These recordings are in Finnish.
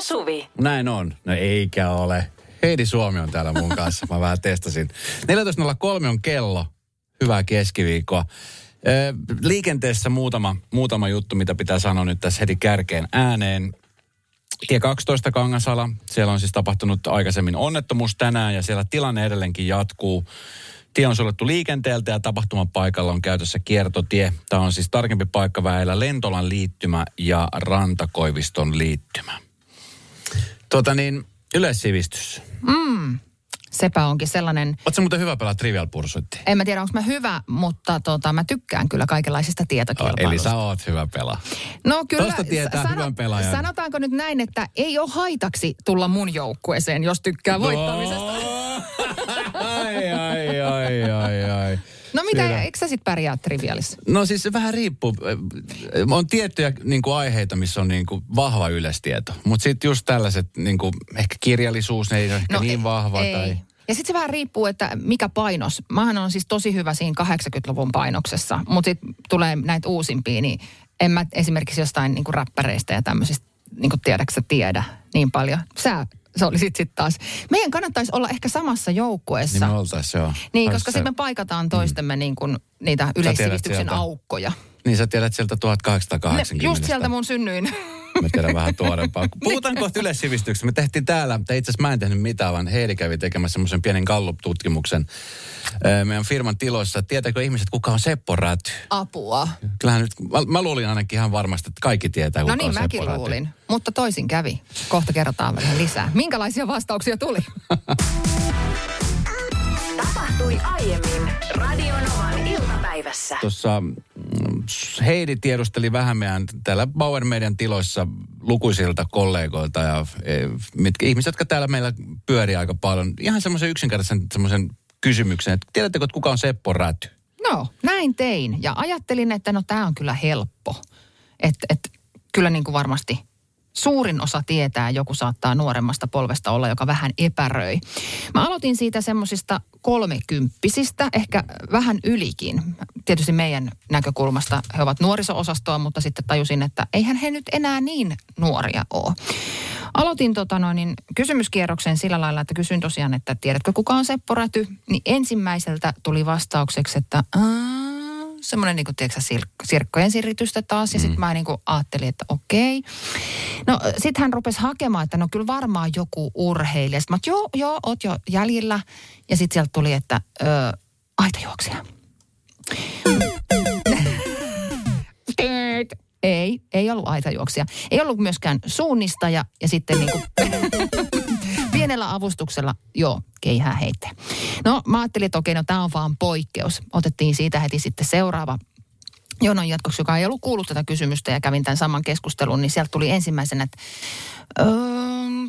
Suvi. Näin on. No eikä ole. Heidi Suomi on täällä mun kanssa. Mä vähän testasin. 14.03 on kello. Hyvää keskiviikkoa. Ö, Liikenteessä muutama, muutama juttu, mitä pitää sanoa nyt tässä heti kärkeen ääneen. Tie 12 Kangasala. Siellä on siis tapahtunut aikaisemmin onnettomuus tänään ja siellä tilanne edelleenkin jatkuu. Tie on suljettu liikenteeltä ja tapahtuman paikalla on käytössä kiertotie. Tämä on siis tarkempi paikka väellä Lentolan liittymä ja Rantakoiviston liittymä. Tota niin, yleissivistys. Sepä onkin sellainen, Oletko muuten hyvä pelaa Trivial Pursuittia? en mä tiedä onko mä hyvä, mutta tota, mä tykkään kyllä kaikenlaisista Eli tietokilpailuista. sä oot hyvä pelaa. No kyllä, Tosta tietää hyvän pelaajan. sanotaanko nyt näin, että ei ole haitaksi tulla mun joukkueeseen, jos No. tykkää voittamisesta. ai, ai, ai, ai, ai. No mitä, Siinä. eikö sä sit pärjää trivialissa? No siis se vähän riippuu. Ö, On tiettyjä niin kuin aiheita, missä on niin kuin vahva yleistieto. Mutta sitten just tällaiset, niin kuin, ehkä kirjallisuus, ne ei ole ehkä No no, niin ei- vahva. Tai... Ja sitten se vähän riippuu, että mikä painos. Mähän on siis tosi hyvä siinä 80-luvun painoksessa, mutta sitten tulee näitä uusimpia, niin en mä esimerkiksi jostain niinku räppäreistä ja tämmöisistä niinku tiedäksä tiedä niin paljon. Sä, se oli sitten sit taas. Meidän kannattaisi olla ehkä samassa joukkueessa. Niin me oltais, joo. Niin, Olis koska se- Mm. sitten me paikataan toistemme niin kuin niitä yleissivistyksen sieltä. aukkoja. Niin sä tiedät sieltä Ne, 1880. No, just sieltä mun synnyin. Mä tiedän vähän tuorempaa. Niin. Puhutaan kohta yleissivistyksestä. Me tehtiin täällä, tai itse asiassa mä en tehnyt mitään, vaan Heidi kävi tekemässä semmoisen pienen Gallup-tutkimuksen ö, meidän firman tiloissa. Tietääkö ihmiset, kuka on Seppo Räty? Apua. Kyllähän nyt, mä, mä luulin ainakin ihan varmasti, että kaikki tietää, kuka No niin, on Seppo mäkin Räty. luulin. Mutta toisin kävi. Kohta kerrotaan vähän lisää. Minkälaisia vastauksia tuli? Tapahtui aiemmin Radionovan iltapäivässä. Tuossa mm, Heidi tiedusteli vähän meidän täällä Bauer Median tiloissa lukuisilta kollegoilta ja e, mitkä, ihmiset, jotka täällä meillä pyörii aika paljon. Ihan semmoisen yksinkertaisen semmoisen kysymyksen, että tiedättekö, että kuka on Seppo Räty? No, näin tein. Ja ajattelin, että no tämä on kyllä helppo. Että et, kyllä niin kuin varmasti suurin osa tietää, joku saattaa nuoremmasta polvesta olla, joka vähän epäröi. Mä aloitin siitä semmoisista kolmekymppisistä, ehkä vähän ylikin. Tietysti meidän näkökulmasta he ovat nuoriso-osastoa, mutta sitten tajusin, että eihän he nyt enää niin nuoria ole. Aloitin tota noin, niin kysymyskierroksen sillä lailla, että kysyin tosiaan, että tiedätkö kuka on Seppo Räty? Niin ensimmäiseltä tuli vastaukseksi, että "Aa, semmoinen niin kuin, tiedätkö, sä, sirk- sirkkojen siritystä taas. Ja sitten mä niin kuin, ajattelin, että okei. No sitten hän rupesi hakemaan, että no kyllä varmaan joku urheilija. Sitten mä, että joo, joo, oot jo jäljillä. Ja sitten sieltä tuli, että ö, aitajuoksija. Tyt. Ei, ei ollut aitajuoksija. Ei ollut myöskään suunnistaja ja sitten niin kuin pienellä avustuksella, joo, keihää heitte. No mä ajattelin, että okei, no tämä on vaan poikkeus. Otettiin siitä heti sitten seuraava jonon jatkoksi, joka ei ollut kuullut tätä kysymystä ja kävin tämän saman keskustelun, niin sieltä tuli ensimmäisenä, että "Öm,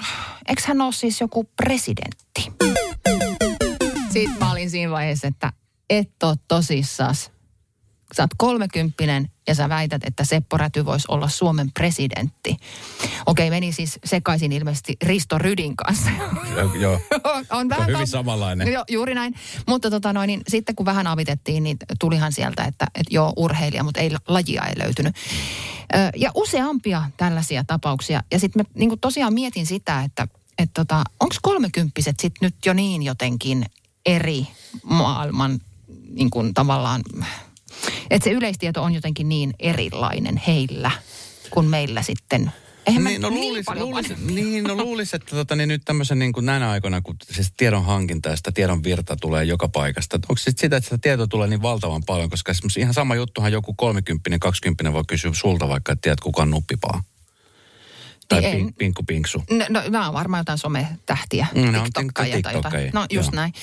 eikö hän ole siis joku presidentti? Sitten mä olin siinä vaiheessa, että et oo tosissas. Sä oot kolmekymppinen ja sä väität, että Seppo Räty voisi olla Suomen presidentti. Okei, meni siis sekaisin ilmeisesti Risto Rydin kanssa. Joo, joo. on, on vähän hyvin kam- samanlainen. Joo, juuri näin. Mutta tota noin, niin sitten kun vähän avitettiin, niin tulihan sieltä, että, että joo, urheilija, mutta ei, lajia ei löytynyt. Ö, Ja useampia tällaisia tapauksia. Ja sitten mä niin tosiaan mietin sitä, että et tota, onko kolmekymppiset sitten nyt jo niin jotenkin eri maailman niin kuin tavallaan, että se yleistieto on jotenkin niin erilainen heillä kuin meillä sitten. Eihän Niin, no mä niin luulis, paljon luulis, vanhempi. niin, no luulis, että tota, niin nyt tämmöisen niin kuin näinä aikoina, kun siis tiedon hankinta ja sitä tiedon virta tulee joka paikasta. Onko sit sitä, että sitä tietoa tulee niin valtavan paljon, koska esimerkiksi ihan sama juttuhan joku 30 20 voi kysyä sulta vaikka, että tiedät kuka on nuppipaa. Tai Niin en. pink, pinkku pinksu. No, no nämä on varmaan jotain sometähtiä, Mm, ne on tiktokkaajia tai jotain. tiktokkaajia, No just joo. näin.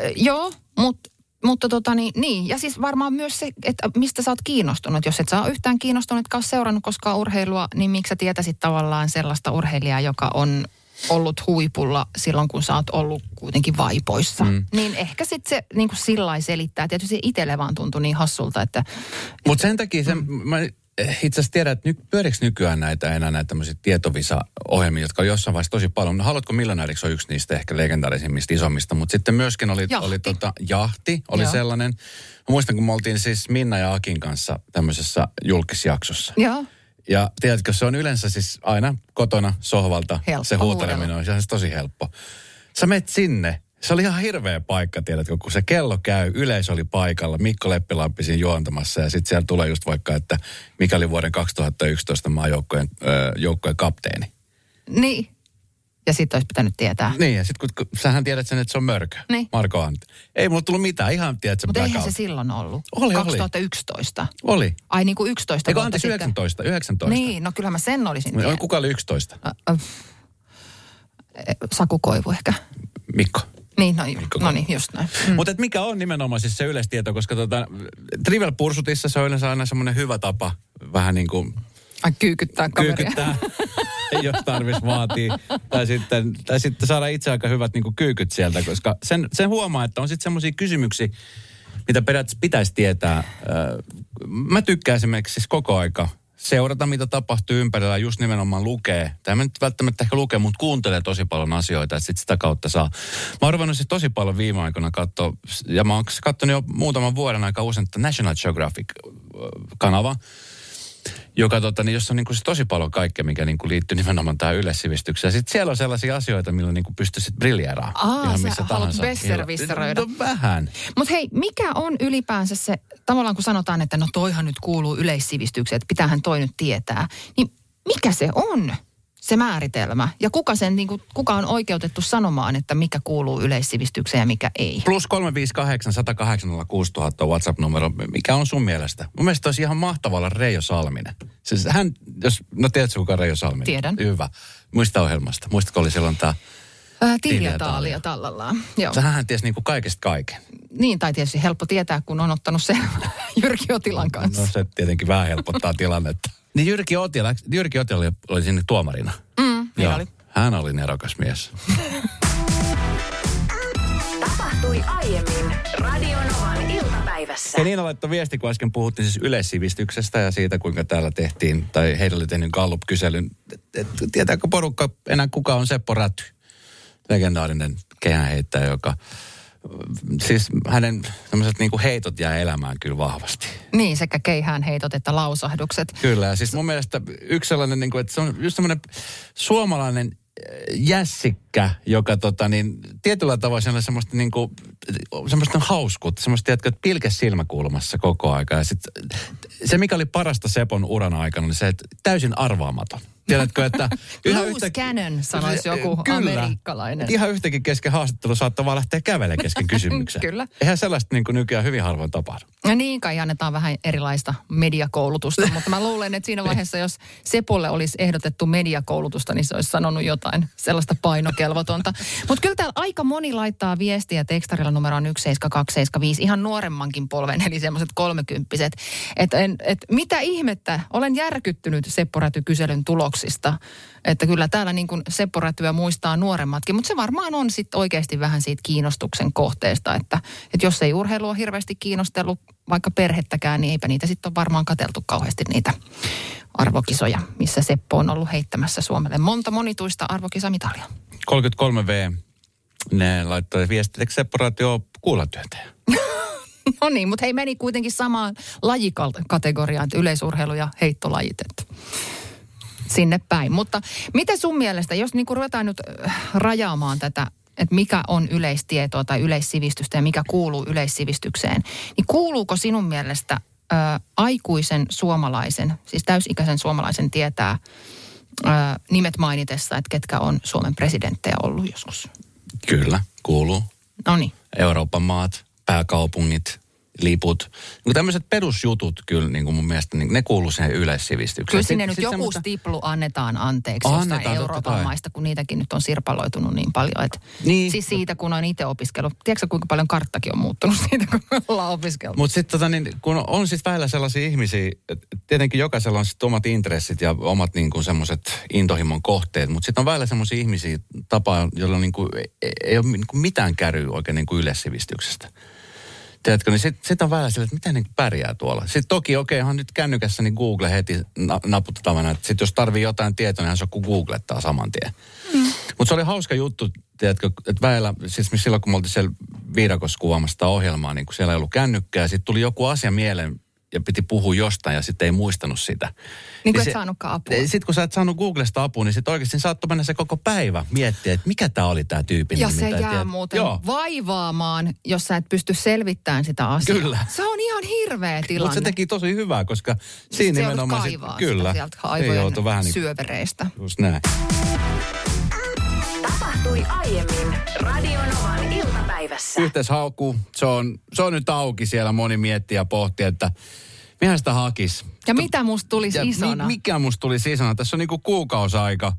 Ö, joo, mutta mutta tota niin, niin, ja siis varmaan myös se, että mistä sä oot kiinnostunut. Jos et sä ole yhtään kiinnostunut, etkä ole seurannut koskaan urheilua, niin miksi sä tietäisit tavallaan sellaista urheilijaa, joka on ollut huipulla silloin, kun sä oot ollut kuitenkin vaipoissa. Mm. Niin ehkä sitten se niin kuin sillä lailla selittää. Tietysti itselle vaan tuntui niin hassulta, että Mutta sen takia, sen, mä itse asiassa tiedän, että nyt, pyöriks nykyään näitä enää näitä tämmöisiä tietovisa-ohjelmia, jotka on jossain vaiheessa tosi paljon. No, Haluatko miljonääriksi on yksi niistä ehkä legendaarisimmista isommista, mutta sitten myöskin oli, Jahti. oli tota, jahti, oli Joo. Joo. sellainen. Mä muistan, kun me oltiin siis Minna ja Akin kanssa tämmöisessä julkisjaksossa. joo, Ja tiedätkö, se on yleensä siis aina kotona sohvalta Helppo se huuteleminen huudella. on. Se on siis tosi helppo. Sä menet sinne. Se oli ihan hirveä paikka, tiedätkö, kun se kello käy, yleisö oli paikalla, Mikko Leppilampi siinä juontamassa ja sitten siellä tulee just vaikka, että mikä oli vuoden 2011 maajoukkojen ö, joukkojen kapteeni. Niin. Ja sit olisi pitänyt tietää. Niin, ja sitten kun, kun sähän tiedät sen, että se on mörkö. Niin. Marko Antti. Ei mulla tullut mitään, ihan tiedät Mutta eihän se blackout. silloin ollut. Oli, oli. 2011. Oli. Ai niin kuin 11 Eikö vuotta anteeksi, sitten. 19, 19. Niin, no kyllähän mä sen olisin tiennyt. Kuka oli 11? Ö, ö, Eh, Saku Koivu ehkä. Mikko. Niin, no, ju- Koivu. no niin, just näin. Mm. Mutta mikä on nimenomaan siis se yleistieto, koska tota, Trivial Pursutissa se on yleensä aina semmoinen hyvä tapa vähän niin kuin Ai kyykyttää kaveria. kyykyttää, jos tarvis vaatii. Tai sitten, tai sitten saada itse aika hyvät niin kuin kyykyt sieltä, koska sen, sen huomaa, että on sitten semmoisia kysymyksiä, mitä periaatteessa pitäisi tietää. Ö, Mä tykkään esimerkiksi siis koko aika seurata, mitä tapahtuu ympärillä, just nimenomaan lukee. Tämä mä nyt välttämättä ehkä lukee, mutta kuuntelee tosi paljon asioita, että sit sitä kautta saa. Mä oon ruvennut siis tosi paljon viime aikoina katsoa, ja mä oon siis katsonut jo muutaman vuoden aika usein tätä National Geographic-kanavaa joka tota, niin, jossa on niin kuin, tosi paljon kaikkea, mikä niin kuin, liittyy nimenomaan tähän yleissivistykseen. Sitten siellä on sellaisia asioita, millä niin kuin, pystyisit briljeraa Aa, ihan sä missä haluat tahansa. besservisseroida. No vähän. Mutta hei, mikä on ylipäänsä se, tavallaan kun sanotaan, että no toihan nyt kuuluu yleissivistykseen, että pitäähän toi nyt tietää, niin mikä se on se määritelmä? Ja kuka, sen, niin kuin, kuka on oikeutettu sanomaan, että mikä kuuluu yleissivistykseen ja mikä ei? Plus 358 108 000 WhatsApp-numero, mikä on sun mielestä? Mun mielestä olisi ihan mahtava olla Reijo Salminen. Siis hän, jos, no tiedätkö kuka on Reijo Salminen? Tiedän. Hyvä. Muista ohjelmasta. Muistatko oli silloin tämä, Ää, Tiljataalia. Tiljataalia tallallaan. Joo. hän tiesi niin kuin kaikesta kaiken. Niin, tai tietysti helppo tietää, kun on ottanut sen Jyrki Otilan kanssa. No se tietenkin vähän helpottaa tilannetta. Niin Jyrki Otila, Jyrki Otila oli, oli sinne tuomarina. Mm, niin oli. Hän oli nerokas mies. Tapahtui aiemmin Radionovan iltapäivässä. Ja Niina laittoi viesti, kun äsken puhuttiin siis yleissivistyksestä ja siitä, kuinka täällä tehtiin, tai heillä oli tehnyt Gallup-kyselyn. Et, et, tietääkö porukka enää, kuka on Seppo Räty? Legendaarinen kehäheittäjä, joka... Siis hänen tämmöiset niinku heitot jää elämään kyllä vahvasti. Niin, sekä keihään heitot että lausahdukset. Kyllä, ja siis mun mielestä yksi sellainen, niin kuin, että se on just semmoinen suomalainen äh, jässikkä, joka tota, niin, tietyllä tavalla siellä on semmoista, niin kuin, semmoista hauskuutta, semmoista, tiedätkö, että pilke silmäkulmassa koko aika. Ja sit, se, mikä oli parasta Sepon uran aikana, niin se, että täysin arvaamaton. Tiedätkö, että... Loose cannon, sanoisi joku amerikkalainen. Ihan yhtäkin kesken haastattelu saattaa vaan lähteä kävelemään kesken kysymyksen. Kyllä. Eihän sellaista niin kuin nykyään hyvin harvoin tapahdu. No niin, kai annetaan vähän erilaista mediakoulutusta, mutta mä luulen, että siinä vaiheessa, jos Sepolle olisi ehdotettu mediakoulutusta, niin se olisi sanonut jotain sellaista painokelvotonta. Mutta kyllä täällä aika moni laittaa viestiä tekstarilla numeroon 17275, ihan nuoremmankin polven, eli semmoiset kolmekymppiset. Että et, mitä ihmettä, olen järkyttynyt Seppo Räty-kyselyn tuloksista. Että kyllä täällä niin kuin Seppo Rätyä muistaa nuoremmatkin, mutta se varmaan on sitten oikeasti vähän siitä kiinnostuksen kohteesta, että, että jos ei urheilua hirveästi kiinnostellut vaikka perhettäkään, niin eipä niitä sitten ole varmaan kateltu kauheasti niitä arvokisoja, missä Seppo on ollut heittämässä Suomelle monta monituista arvokisamitalia. 33V, ne laittoi viestiä, että Seppo Raatio on kuulatyöntäjä. No niin, mutta hei meni kuitenkin samaan lajikategoriaan, että yleisurheilu ja heittolajit. Että sinne päin. Mutta miten sun mielestä, jos niin ruvetaan nyt äh, rajaamaan tätä, että mikä on yleistietoa tai yleissivistystä ja mikä kuuluu yleissivistykseen, niin kuuluuko sinun mielestä ö, aikuisen suomalaisen, siis täysikäisen suomalaisen tietää ö, nimet mainitessa, että ketkä on Suomen presidenttejä ollut joskus? Kyllä, kuuluu. No niin. Euroopan maat, pääkaupungit, liput. Niin tämmöiset perusjutut kyllä niin kuin mun mielestä, niin ne kuuluu siihen yleissivistykseen. Kyllä sinne Sit- nyt sit joku semmoista- stiplu annetaan anteeksi Annetaan, jostain totta Euroopan kai. maista, kun niitäkin nyt on sirpaloitunut niin paljon. Et Niin. niin. Siis siitä, kun on itse opiskellut. Tiedätkö kuinka paljon karttakin on muuttunut siitä, kun me ollaan opiskeltu? Mutta sitten tota, niin, kun on sitten välillä sellaisia ihmisiä, et tietenkin jokaisella on sitten omat intressit ja omat niin kuin semmoiset intohimon kohteet, mutta sitten on välillä semmoisia ihmisiä tapaa, joilla niin kuin, ei, ei ole niin kuin mitään käryä oikein niin kuin yleissivistyksestä. Tiedätkö, niin sitten sit on välillä sillä, että miten ne pärjää tuolla. Sitten toki, okei, okay, nyt kännykässä, niin Google heti na- naputettavana. Että sitten jos tarvii jotain tietoa, niin se on kuin googlettaa saman tien. Mm. Mutta se oli hauska juttu, tiedätkö, että välillä, siis me silloin kun me oltiin siellä viidakossa kuvaamassa sitä ohjelmaa, niin kun siellä ei ollut kännykkää, sitten tuli joku asia mieleen, ja piti puhua jostain ja sitten ei muistanut sitä. Niin kuin et saanutkaan apua. Sitten kun sä et saanut Googlesta apua, niin sitten oikeasti saattoi mennä se koko päivä miettiä, että mikä tämä oli tämä tyypin Ja nimi. se tai jää tiedät- muuten Joo. vaivaamaan, jos sä et pysty selvittämään sitä asiaa. Kyllä. Se on ihan hirveä tilanne. Mutta se teki tosi hyvää, koska siinä Sit sä joudut nimenomaan... sit- Siis kaivaa kyllä, Sitä sieltä ei aivojen joutu vähän niin kuin- syövereistä. just näin. Tapahtui aiemmin Radionovan iltapäivässä. Yhteishaku, se on, se on nyt auki siellä, moni miettii ja pohtii, että mihän sitä hakisi. Ja mitä musta tulisi Ja isona? Mi- mikä musta tuli isona? Tässä on niinku kuukausaika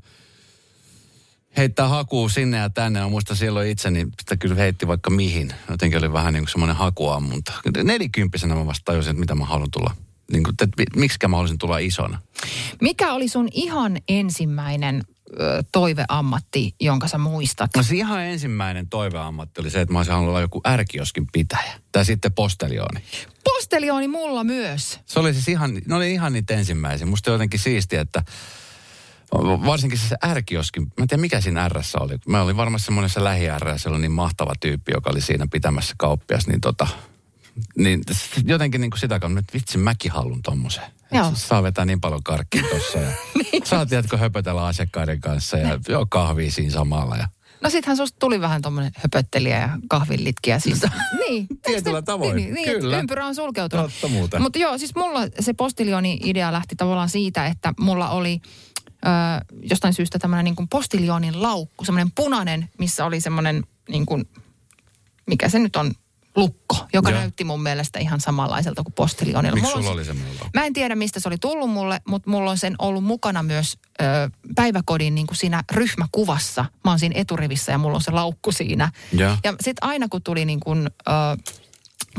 heittää hakuu sinne ja tänne. Mä muistan silloin itse, niin sitä kyllä heitti vaikka mihin. Jotenkin oli vähän niin kuin semmoinen hakuammunta. Nelikymppisenä mä vasta tajusin, että mitä mä haluan tulla. Niin kuin, että mi- miksikä mä haluaisin tulla isona. Mikä oli sun ihan ensimmäinen ö, toiveammatti, jonka sä muistat? No se ihan ensimmäinen toiveammatti oli se, että mä olisin halunnut olla joku ärkioskin pitäjä. Tai sitten postelioni. Postelioni mulla myös. Se oli siis ihan, ne oli ihan niitä ensimmäisiä. Musta jotenkin siistiä, että varsinkin se ärkioskin, mä en tiedä mikä siinä r oli. Mä olin varmasti semmoisessa lähi r siellä oli niin mahtava tyyppi, joka oli siinä pitämässä kauppias, niin tota, niin s- jotenkin niin kuin sitä kautta, että vitsi mäkin haluan tommosen. Et Joo. Saa vetää niin paljon karkkia tossa ja Niin. saa tiedätkö höpötellä asiakkaiden kanssa Niin. ja joo kahvia siinä samalla ja No sittenhän susta tuli vähän tommonen höpöttelijä ja kahvinlitkiä. Siis. niin. Tietyllä Niin, tavoin, Niin, niin, kyllä. että Ympyrä on sulkeutunut. Totta muuten. Mutta joo, siis mulla se postilioni-idea lähti tavallaan siitä, että mulla oli ö, jostain syystä tämmöinen niin kuin postilionin laukku, semmoinen punainen, missä oli semmoinen niin kuin, mikä se nyt on, lukko, joka Joo. näytti mun mielestä ihan samanlaiselta kuin postilionilla. miksi No Mulla on sulla se- oli semmoinen laukku? Mä en tiedä, mistä se oli tullut mulle, mutta mulla on sen ollut mukana myös ö, päiväkodin niin kuin siinä ryhmäkuvassa. Mä oon siinä eturivissä ja mulla on se laukku siinä. Joo. Ja sitten aina kun tuli niin kuin, ö,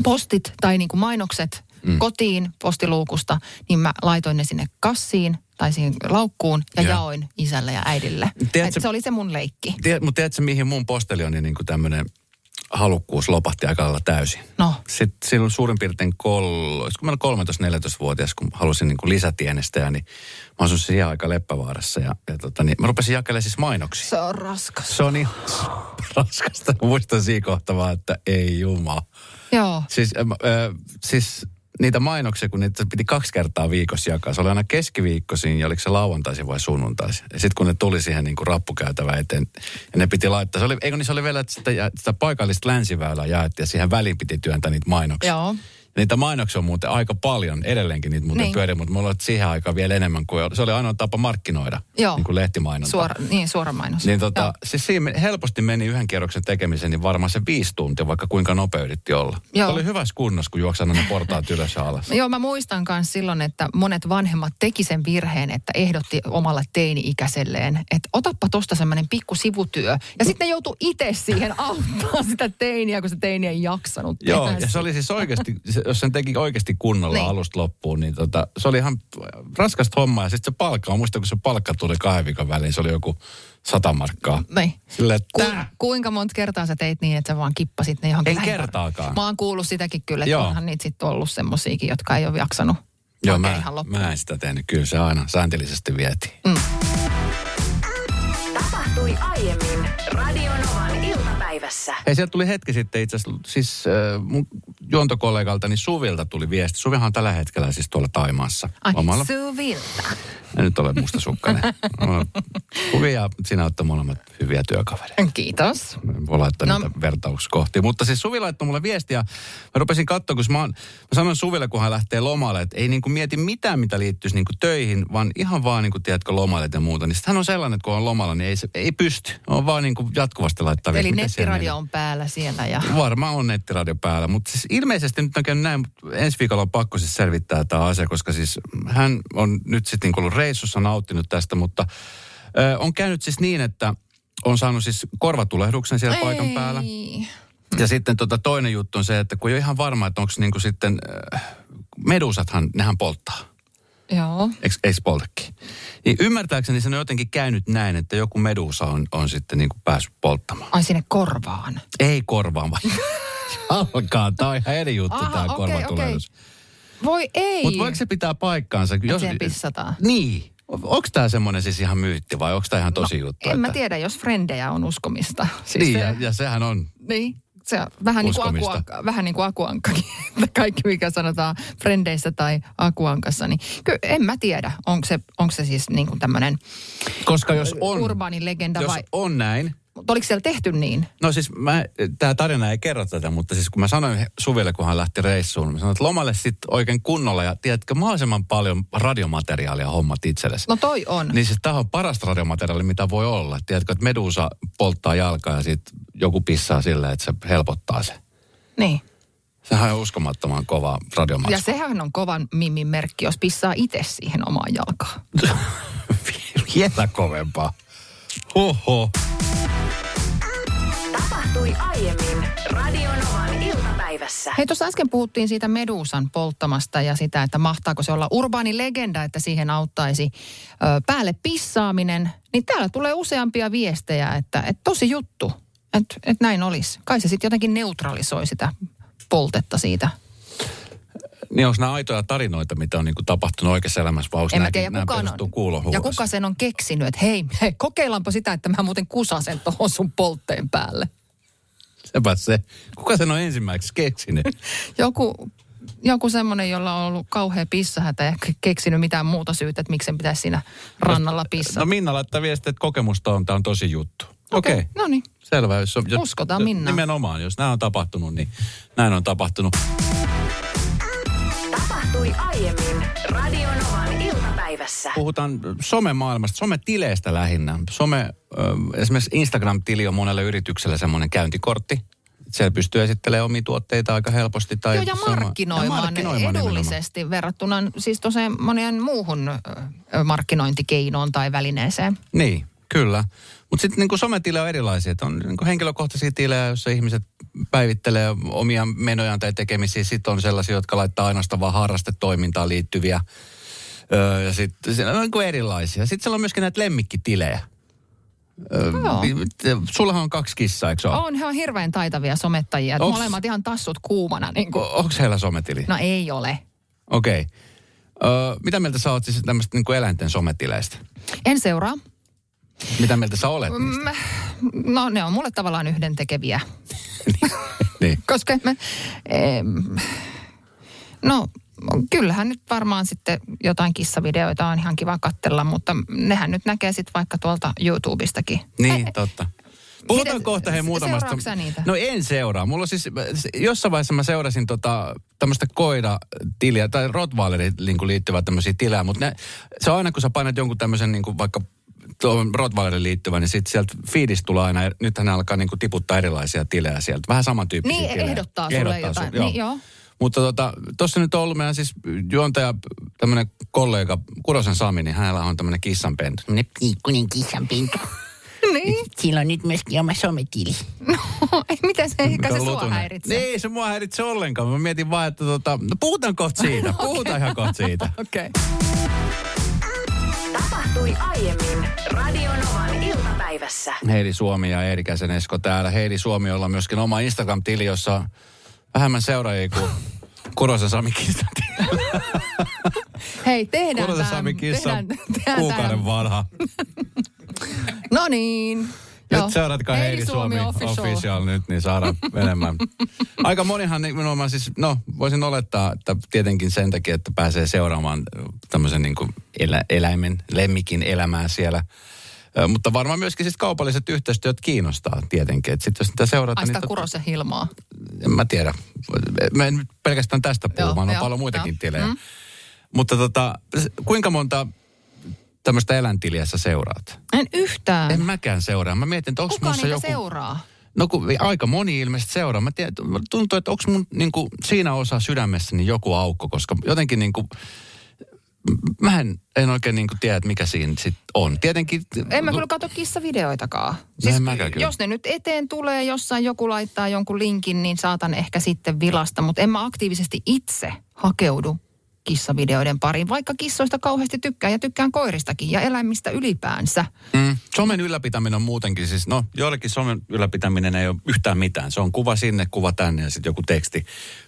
postit tai niin kuin mainokset mm. kotiin postiluukusta, niin mä laitoin ne sinne kassiin tai siihen laukkuun ja Joo. jaoin isälle ja äidille. Tiedätkö- Et se oli se mun leikki. Tiedät, mutta tiedätkö, mihin mun postelioni niin tämmöinen halukkuus lopahti aika lailla täysin? No. Sitten silloin suurin piirtein kol, olisiko mä ollut 13-14-vuotias, kun halusin niin kuin lisätienestäjä, niin mä asuin siihen aika Leppävaarassa. Ja, ja tota, niin mä rupesin jakelemaan siis mainoksia. Se on raskas. Se on ihan raskasta. Mä Muistan siinä kohtaa vaan, että ei juma. Joo. Siis, äh, äh, siis niitä mainoksia, kun niitä piti kaksi kertaa viikossa jakaa. Se oli aina keskiviikkoisin ja oliko se lauantaisin vai sunnuntaisin. Ja sitten kun ne tuli siihen niin kuin rappukäytävä eteen ja ne piti laittaa. Se oli, eikö niin se oli vielä, että sitä, ja- sitä paikallista länsiväylää jaettiin ja siihen väliin piti työntää niitä mainoksia. Joo. Ja Niitä mainoksia on muuten aika paljon, edelleenkin niitä muuten Niin. niin. pyörii, mutta mulla oli siihen aikaan vielä enemmän kuin se oli ainoa tapa markkinoida, Joo. niin kuin lehtimainonta. Suora, niin, suora mainos. Niin tota, Joo. siis siinä helposti meni yhden kierroksen tekemiseen, niin varmaan se viisi tuntia, vaikka kuinka nopea yritti olla. Joo. Se oli hyvässä kunnossa, kun juoksan ne portaat ylös ja alas. Joo, mä muistan myös silloin, että monet vanhemmat teki sen virheen, että ehdotti omalle teini-ikäiselleen, että otappa tosta semmoinen pikku sivutyö. Ja sitten ne joutuu itse siihen auttaa sitä teiniä, kun se teini ei jaksanut Joo, tehdä ja se oli siis oikeasti, se- jos sen teki oikeasti kunnolla Niin. niin. alusta loppuun, niin tota, se oli ihan raskasta hommaa. Ja sitten se palkka, mä muistan, kun se palkka tuli kahden viikon väliin, se oli joku sata markkaa. Niin. Silleen, Ku, että tää. kuinka monta kertaa sä teit niin, että sä vaan kippasit ne johonkin Ei lähivaraan? kertaakaan. Mä oon kuullut sitäkin kyllä, että Joo. Joo. onhan niitä sitten ollut semmoisiakin, jotka ei ole jaksanut Joo, oikein mä, ihan loppuun. mä en sitä tehnyt. Kyllä se aina sääntillisesti vietiin. Tapahtui aiemmin Radionovan iltapäivässä. Hei, sieltä tuli hetki sitten itse asiassa, siis äh, mun juontokollegaltani Suvilta tuli viesti. Suvihan on tällä hetkellä siis tuolla Taimaassa. Ai, Lomalla. Suvilta. En nyt ole mustasukkainen. Suvi ja sinä olette molemmat hyviä työkavereita. Kiitos. En voi laittaa No. no. niitä vertauskohtia. Mutta siis Suvi laittoi mulle viestiä. Mä rupesin katsoa, kun mä, oon, mä sanoin Suville, kun hän lähtee lomalle, että ei niinku mieti mitään, mitä liittyisi niinku töihin, vaan ihan vaan niinku, tiedätkö, lomalle ja muuta. Niin sit hän on sellainen, että kun on lomalla, niin ei, se, ei pysty. On vaan niinku jatkuvasti laittaa Eli viestiä. Miten siellä menee? nettiradio on päällä siellä ja... Varmaan on nettiradio päällä, mutta siis ilmeisesti nyt on käynyt näin, mutta ensi viikolla on pakko siis selvittää tämä asia, koska siis hän on nyt sitten niin ollut reissussa, nauttinut tästä, mutta ö, on käynyt siis niin, että on saanut siis korvatulehduksen siellä paikan päällä. Ei. Ja sitten tota toinen juttu on se, että kun ei ole ihan varma, että onko niinku sitten, ö, medusathan, nehän polttaa. Joo. Eikö, eikö poltakin? Niin ymmärtääkseni se on jotenkin käynyt näin, että joku medusa on, on sitten niin kuin päässyt polttamaan. Ai sinne korvaan. Ei korvaan, vaan jalkaan. Tämä on ihan eri juttu, Aha, tämä okei, Niin. korvatulehdus. Voi ei. Mutta voiko se pitää paikkaansa? siihen pissataan. Niin. Onko tämä semmoinen siis ihan myytti vai onko tämä ihan tosi juttu? No, En mä että- tiedä, jos frendejä on uskomista. Siis Niin, se- ja, ja sehän on niin. se on vähän niin, kuin Uskomista. akuankka, vähän niin kuin akuankkakin. Että Kaikki, mikä sanotaan frendeissä tai akuankassa, niin kyllä en mä tiedä, onko se, onko se siis niin kuin tämmöinen Koska jos on, urbaani legenda jos vai... on näin, Mutta oliko siellä tehty niin? No siis tämä tarina ei kerro tätä, mutta siis kun mä sanoin he- Suville, kun hän lähti reissuun, mä sanoin, että lomalle sitten oikein kunnolla ja tiedätkö, mahdollisimman paljon radiomateriaalia hommat itsellesi. No toi on. Niin siis tämä on parasta radiomateriaalia, mitä voi olla. Tiedätkö, että medusa polttaa jalkaa ja sitten joku pissaa sillä, että se helpottaa se. niin. Sehän on uskomattoman kova Ja radiomatsku. sehän on kovan mimin merkki, jos pissaa itse siihen omaan jalkaan. Vielä kovempaa. Huhhuh. Tapahtui aiemmin Radionovan iltapäivässä. Hei, tuossa äsken puhuttiin siitä Medusan polttamasta ja sitä, että mahtaako se olla urbaani legenda, että siihen auttaisi ö, päälle pissaaminen. Niin täällä tulee useampia viestejä, että, että tosi juttu, että, että näin olisi. Kai se sitten jotenkin neutralisoi sitä poltetta siitä. Niin onko nämä aitoja tarinoita, mitä on niinku tapahtunut oikeassa elämässä, vai onko En mä nämä, tiedä, ja nämä kuka perustuu on, ja kuulohuudessa? kuka sen on keksinyt, että hei, hei, kokeillaanpa sitä, että mä muuten kusasen tuohon sun poltteen päälle. Sepä se. Kuka sen on ensimmäiseksi keksinyt? Joku, joku semmoinen, jolla on ollut kauhea pissahätä ja ke- keksinyt mitään muuta syytä, että miksen pitäisi siinä rannalla pissata. No Minna laittaa viestiä, että kokemusta on, tämä on tosi juttu. Okei, okay. No niin. selvä. Jos, on- jos, Uskotaan Minnaa. Nimenomaan, jos näin on tapahtunut, niin näin on tapahtunut. Tapahtui aiemmin Radionovan iltapäivässä. Puhutaan somemaailmasta, sometileistä lähinnä. Some, ö, esimerkiksi Instagram-tili on monelle yritykselle semmoinen käyntikortti. Siellä pystyy esittelemään omia tuotteita aika helposti. Tai Joo, ja sama- markkinoimaan, ja markkinoimaan nimenomaan. edullisesti verrattuna siis tosiaan moneen muuhun ö, markkinointikeinoon tai välineeseen. Niin, kyllä. Mutta sitten niinku sometilejä on erilaisia. Et on niinku henkilökohtaisia tilejä, joissa ihmiset päivittelee omia menojaan tai tekemisiä. Sitten on sellaisia, jotka laittaa ainoastaan vaan harrastetoimintaan liittyviä. Öö, ja sitten on niinku erilaisia. Sitten siellä on myöskin näitä lemmikkitilejä. Öö, Joo. vi- vi- Sullahan on kaksi kissaa, eikö ole? On, he on hirveän taitavia somettajia. Onks- Onks... Molemmat ihan tassut kuumana. Niin kuin. Onko heillä sometili? No ei ole. Okei. Öö, mitä mieltä sä oot siis tämmöistä niinku eläinten sometileistä? En seuraa. Mitä mieltä sä olet niistä? Mm, No ne on mulle tavallaan yhdentekeviä. Niin. koska en mä, em, no kyllähän nyt varmaan sitten jotain kissavideoita on ihan kiva katsella, mutta nehän nyt näkee sitten vaikka tuolta YouTubestakin. Niin, totta. Puhutaan Miten- kohta hei se- muutamasta. seuraatko sä niitä? No en seuraa. Mulla on siis, se- jossain vaiheessa mä seurasin tota, tämmöistä koira-tiliä, tai Rottweileriin niinku liittyvää tämmöisiä tilää, mutta ne, se on aina kun sä painat jonkun tämmöisen niinku vaikka tuohon Rottweilerin liittyvän, niin sitten sieltä feedistä tulee aina, nythän ne alkaa niinku tiputtaa erilaisia tilejä sieltä. Vähän samantyyppisiä Niin, tilejä. ehdottaa sulle jotain. Niin, joo. Mutta tota, tuossa nyt on ollut meidän siis juontaja, tämmöinen kollega, Kurosen Sami, niin hänellä on tämmöinen kissanpentu. Tämmönen pikkunen kissanpentu. Niin, Sillä on nyt myöskin oma sometili. ei, miten se, eikä se Mikä Niin. sua lutunen. häiritse? Ei se mua häiritse ollenkaan. Mä mietin vaan, että tota, no puhutaan kohta siitä. Puhutaan ihan kohta siitä. Okei. Okay. Tapahtui aiemmin Radionovan iltapäivässä. Heidi Suomi ja Eerikäisen Esko täällä. Heidi Suomi, jolla on myöskin oma Instagram-tili, jossa on vähemmän seuraajia kuin Kurosen Sami Kissan tili. Hei, tehdään Kurosen tämä. Sami Kissa on tämä. kuukauden vanha. No niin. Nyt seuratkaa Heidi Suomi, official. nyt, niin saadaan enemmän. Aika monihan nimenomaan siis, no voisin olettaa, että tietenkin sen takia, että pääsee seuraamaan ö, tämmöisen niin kuin elä, eläimen, lemmikin elämää siellä. Ö, Mutta varmaan myöskin siis kaupalliset yhteistyöt kiinnostaa tietenkin. Että sitten jos niitä Ai seurataan, sitä niin tot- kurosen hilmaa. en mä tiedä. Mä en nyt pelkästään tästä puhu, Joo, vaan on joo, paljon muitakin joo. Mm. tilejä. Mutta tota, s- kuinka monta tämmöistä eläintiliä sä seuraat? En yhtään. En mäkään seuraa. Mä mietin, että onko Kuka niitä joku... seuraa? No kun aika moni ilmeisesti seuraa. Mä tiedän, tuntuu, että onko mun niin kuin, siinä osa sydämessäni joku aukko, koska jotenkin niin kuin, mä en, en oikein niin kuin tiedä, että mikä siinä sit on. Tietenkin... En mä kyllä katso kissavideoitakaan. No Siis en mäkään kyllä. Jos ne nyt eteen tulee, jossain joku laittaa jonkun linkin, niin saatan ehkä sitten vilasta. Mutta en mä aktiivisesti itse hakeudu kissavideoiden pariin, vaikka kissoista kauheasti tykkään ja tykkään koiristakin ja eläimistä ylipäänsä. Mm. Somen ylläpitäminen on muutenkin siis, no joillekin somen ylläpitäminen ei ole yhtään mitään. Se on kuva sinne, kuva tänne ja sitten joku teksti.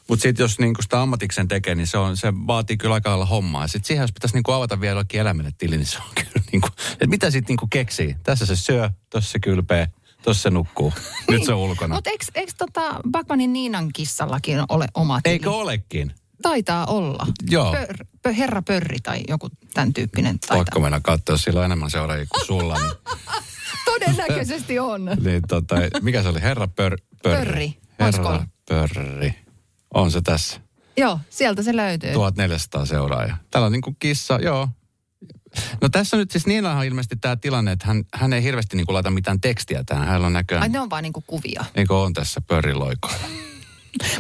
Mutta sitten jos niinku sitä ammatiksen tekee, niin se, on, se vaatii kyllä aika lailla hommaa. Sitten siihen, jos pitäisi niinku avata vielä jollekin eläimelle tili, niin se on kyllä niinku, että mitä sitten niinku keksii? Tässä se syö, tässä se kylpee, Tuossa se nukkuu. Nyt se on Niin. ulkona. Mutta eikö, eikö tota Backmanin Niinan kissallakin ole oma tili? Eikö olekin? Taitaa olla. Joo. Pör, pö, herra Pörri tai joku tämän tyyppinen. Taitaa. Pakko mennä katsoa, jos sillä on enemmän seuraajia kuin sulla. Niin, Todennäköisesti on. niin tota, mikä se oli? Herra pör, pörri. Pörri. Olisiko Herra ollut? pörri. On se tässä. Joo, sieltä se löytyy. 1400 seuraajaa. Täällä on niin kuin kissa, joo. No tässä nyt siis Niinahan on ilmeisesti tämä tilanne, että hän, hän ei hirveästi niin kuin laita mitään tekstiä tähän. Hän on Ai näköjään, ne on vaan niinku kuvia. eikö on tässä pörriloikoilla.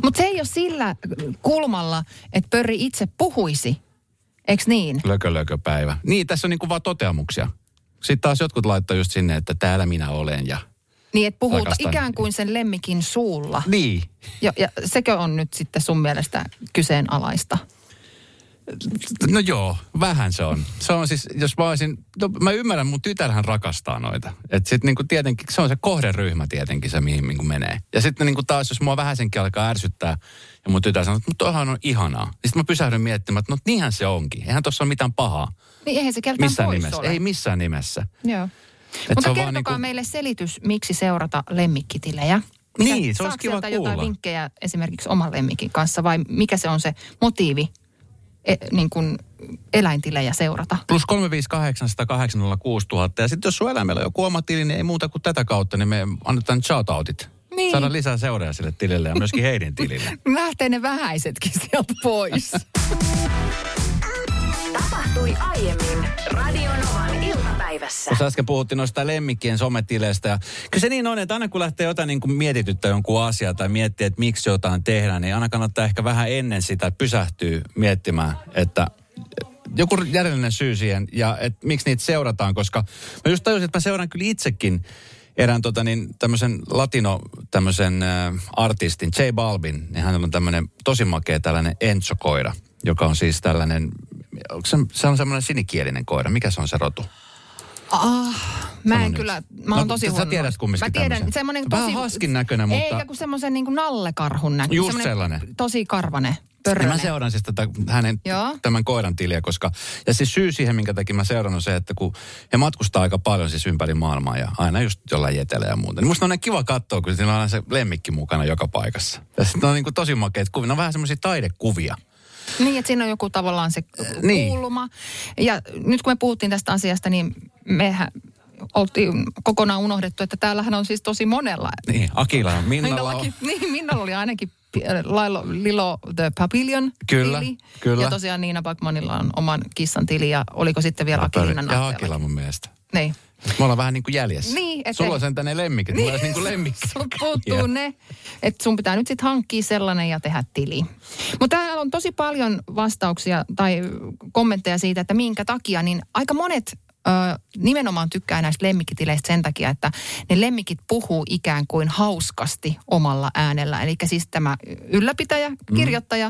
Mutta se ei ole sillä kulmalla, että Pörri itse puhuisi. Eikö niin? Lökö, lökö päivä. Niin, tässä on niin kuin vaan toteamuksia. Sitten taas jotkut laittoi just sinne, että täällä minä olen ja... Niin, että puhuta Rakastan. ikään kuin sen lemmikin suulla. Niin. Ja, ja sekö on nyt sitten sun mielestä kyseenalaista? No joo, vähän se on. Se on siis, jos mä olisin, no, mä ymmärrän, mun tytärhän rakastaa noita. Et sit niinku tietenkin, se on se kohderyhmä tietenkin se, mihin niinku menee. Ja sitten niinku taas, jos mua vähäsenkin alkaa ärsyttää, ja mun tytär sanoo, että mutta toihan on ihanaa. Niin sit mä pysähdyn miettimään, että no niinhän se onkin. Eihän tossa ole mitään pahaa. Niin eihän se keltään Missään pois nimessä. ole. Ei missään nimessä. Joo. Et se Mutta on vaan kertokaa niinku- meille selitys, miksi seurata lemmikkitilejä. Niin, Ja se olisi saako kiva sieltä jotain kuulla. vinkkejä esimerkiksi oman lemmikin kanssa vai mikä se on se motiivi e, niin kuin eläintilejä seurata? Plus 358 000. Ja sitten jos sun eläimellä on joku oma tili, niin ei muuta kuin tätä kautta, niin me annetaan shoutoutit. Niin. Saadaan lisää seuraajia sille tilille ja myöskin Heidin tilille. Lähtee ne vähäisetkin sieltä pois. Tapahtui aiemmin Radionovan iltapäivässä. Tuossa äsken puhuttiin noista lemmikkien sometileistä. Ja kyllä se niin on, että aina kun lähtee jotain niin kuin mietityttää jonkun asiaa tai miettii, että miksi jotain tehdään, niin aina kannattaa ehkä vähän ennen sitä pysähtyä miettimään, että joku järjellinen syy siihen ja että miksi niitä seurataan, koska mä just tajusin, että mä seuraan kyllä itsekin erään tota niin, tämmöisen latino tämmöisen äh, artistin, J Balvin, niin hänellä on tämmöinen tosi makea tällainen Enzo-koira, joka on siis tällainen, onko se, se on semmoinen sinikielinen koira, mikä se on se rotu? Ah, mä en nyt. kyllä, mä No, oon tosi sä huono. tiedät noissa. kumminkin Mä tiedän, tämmösen. semmoinen tosi... Vähän haskin näköinen, mutta- Eikä kun semmoisen niin kuin nallekarhun näköinen. Just sellainen. Tosi karvane, Ja pörröinen. mä seuran siis tätä hänen, Joo. tämän koiran tiliä, koska, ja siis syy siihen, minkä takia mä seuran on se, että kun he matkustaa aika paljon siis ympäri maailmaa ja aina just jollain jetellä ja muuta. Niin musta on ne kiva katsoa, kun siinä on aina se lemmikki mukana joka paikassa. Ja sit ne on niin kuin tosi makeet kuvia, ne on vähän semmoisia taidekuvia. Niin, että siinä on joku tavallaan se niin. niin. kuuluma. Ja nyt kun me puhuttiin tästä asiasta, niin mehän oltiin kokonaan unohdettu, että täällähän on siis tosi monella. Niin, Akila on Minnalla on. Minnallakin, niin, Minnalla oli ainakin pi- äh, Lailo, Lilo the Papillion Kyllä, tili. kyllä. Ja tosiaan Niina Bakmanilla on oman kissan tili ja oliko sitten vielä Akilinan Ja Akila mun mielestä. Niin. Me ollaan vähän niin kuin jäljessä. Niin, et Sulla ei- on sentään ne lemmikit, niin. mulla olisi niin kuin lemmikki. Sulla puuttuu ne. Että sun pitää nyt sitten hankkia sellainen ja tehdä tili. Mutta täällä on tosi paljon vastauksia tai kommentteja siitä, että minkä takia, niin aika monet ö, nimenomaan tykkää näistä lemmikkitileistä sen takia, että ne lemmikit puhuu ikään kuin hauskasti omalla äänellä. Eli siis tämä ylläpitäjä, kirjoittaja,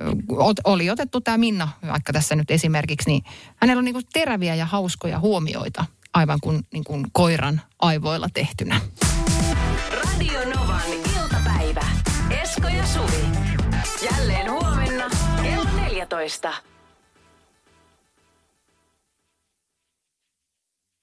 ö, ot- oli otettu tämä Minna, vaikka tässä nyt esimerkiksi, niin hänellä on niinku teräviä ja hauskoja huomioita, aivan kuin, niin kuin koiran aivoilla tehtynä. Radionovan iltapäivä. Esko ja Suvi. Jälleen huomenna kello 14.